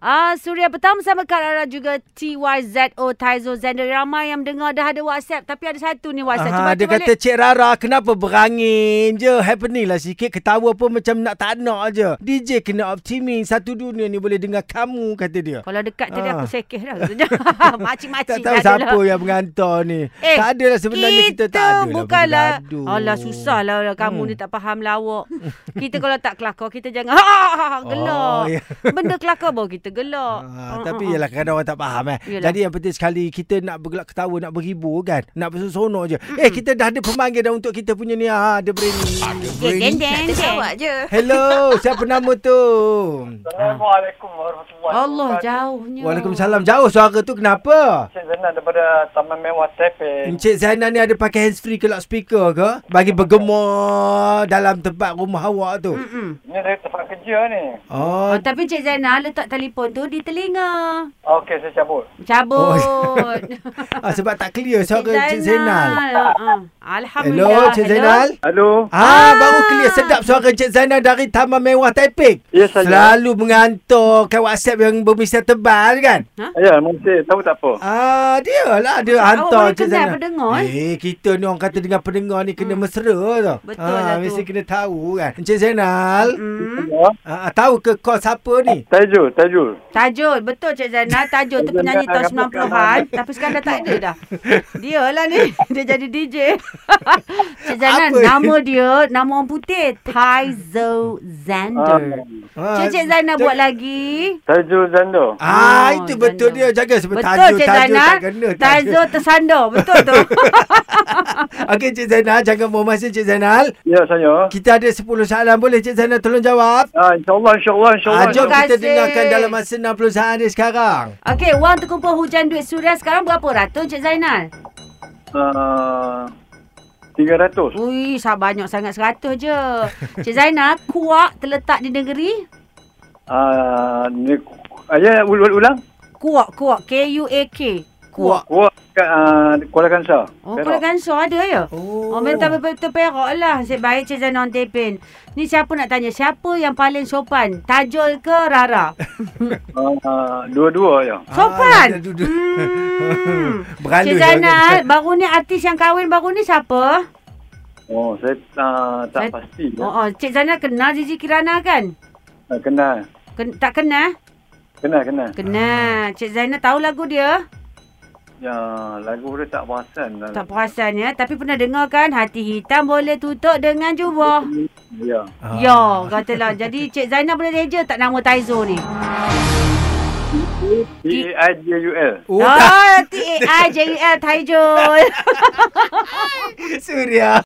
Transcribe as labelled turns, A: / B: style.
A: Ah, Surya Petang bersama Kak Rara juga TYZO Taizo Zender. Ramai yang dengar dah ada WhatsApp. Tapi ada satu ni WhatsApp.
B: Aha, dia kata Cik Rara kenapa berangin je Happening lah sikit Ketawa pun macam nak tak nak je DJ kena optimis Satu dunia ni boleh dengar kamu Kata dia
A: Kalau dekat tadi
B: Ah.
A: aku sekeh dah. Makcik-makcik
B: Tak tahu
A: dah ada
B: siapa
A: lah.
B: yang mengantar ni
A: Eh,
B: Tak adalah sebenarnya kita, tak ada lah
A: bukanlah. Alah susahlah lah kamu
B: Hmm.
A: ni tak faham lawak. kita kalau tak kelakar kita jangan ha, ha, ha, ha, gelak.
B: Oh, ya.
A: Benda kelakar baru kita gelak. Ha,
B: Ah, tapi ialah kadang orang tak faham eh.
A: Yelah.
B: Yalah. Jadi yang penting sekali kita nak bergelak ketawa, nak berhibur kan. Nak berseronok je. Mm-mm. Eh kita dah ada pemanggil dah untuk kita punya ni. Ah, dia beri ni.
A: Deng deng
C: Nak
A: deng.
C: tersawa je.
B: Hello, siapa nama tu?
D: Assalamualaikum warahmatullahi
A: Allah
B: Ya.
A: jauhnya.
B: Waalaikumsalam. Jauh suara tu kenapa?
D: Cik Zainal daripada Taman Mewah Tepe.
B: Encik Zainal ni ada pakai handsfree ke loudspeaker ke? Bagi bergema dalam tempat rumah awak tu.
A: Mm-mm.
D: Ini dari tempat kerja ni.
B: Oh,
A: Oh, tapi Cik Zainal letak telefon tu di telinga.
D: Okey, saya cabut.
A: Cabut.
B: Oh. ah, sebab tak clear suara Encik Zainal.
A: Uh-uh. Alhamdulillah.
B: Hello, Encik Zainal.
D: Hello.
B: Ah,
A: Ah.
B: baru clear sedap suara Encik Zainal dari Taman Mewah Taiping.
D: Ya, saya.
B: Selalu mengantar kat WhatsApp yang bermisal tebal kan?
D: Ya, mesti tahu tak apa.
B: Ah, dia lah dia
A: awak
B: hantar
A: boleh kenal pendengar, eh? Hmm.
B: Eh, kita ni orang kata dengan pendengar ni kena mesra tau.
A: Betul
B: ah,
A: lah tu.
B: mesti kena tahu kan. Encik Zainal,
A: Hmm.
D: Ya.
B: ah, tahu ke call siapa ni?
D: Tajul, Tajul.
A: Tajud, betul Cik Zainal. Tajud tu penyanyi tahun 90-an. Tapi sekarang dah tak ada dah. Dia lah ni. Dia jadi DJ. Cik Zainal,
B: Apa ni?
A: nama dia, nama orang putih. Taizo Zander.
B: Ah,
A: Cik Cik Zainal
B: tu-
A: buat lagi.
D: Tajul Zando.
B: Ah,
A: Oh,
B: itu betul
A: Zainal.
B: dia. Jaga sebab
A: Betul
B: tajuk
A: Cik
B: tajuk
A: Zainal.
B: tak kena.
A: Taizo tersandar. Betul tu.
B: Okey Cik Zainal, jangan buang masa Cik Zainal.
D: Ya, saya.
B: Kita ada 10 soalan boleh Cik Zainal tolong jawab?
D: Ah, insyaAllah, insyaAllah, insyaAllah.
B: Ah, jom
A: Terima
B: kita
A: kasih.
B: dengarkan dalam masa 60 saat ni sekarang.
A: Okey, wang terkumpul hujan duit suria sekarang berapa ratus Cik Zainal?
D: Ah, 300.
A: Ui, sah banyak sangat 100 je. Cik Zainal, kuak terletak di negeri?
D: Ah, ni, ah, ya, ul, ul, ulang.
A: Kuak, kuak. K-U-A-K. Kuak.
B: Kuak.
D: Gua kat ah, Kuala Kangsar.
A: Oh,
D: Perak.
A: Kuala Kangsar ada ya? Oh, minta betul perak lah. Nasib baik Cik Zainal on Tepin. Ni siapa nak tanya? Siapa yang paling sopan? Tajul ke Rara?
D: Ah, dua-dua ya.
B: dia
A: Sopan?
B: duduk.
A: Hmm.
B: Beralui
A: Cik
B: dia orang
A: Zainal,
B: kata.
A: baru ni artis yang kahwin baru ni siapa?
D: Oh, saya ah, tak
A: Saya-
D: pasti.
A: Oh, oh.
D: Ya.
A: Cik Zainal kenal Zizi Kirana kan?
D: Ah, Kenal.
A: Ken- tak kenal?
D: Kenal, kenal.
B: Ah.
A: Kenal. Cik Zainal tahu lagu dia?
D: Ya, lagu dia tak perasan.
A: Tak perasan ya. Tapi pernah dengar kan? Hati hitam boleh tutup dengan jubah.
D: Ya.
B: Ah.
A: Ya, katalah. Jadi Cik Zainal boleh reja tak nama Taizo ni?
D: T-A-J-U-L.
B: Oh,
A: Ah, E oh, T-A-I-J-E-L, Taijul.
B: Suria.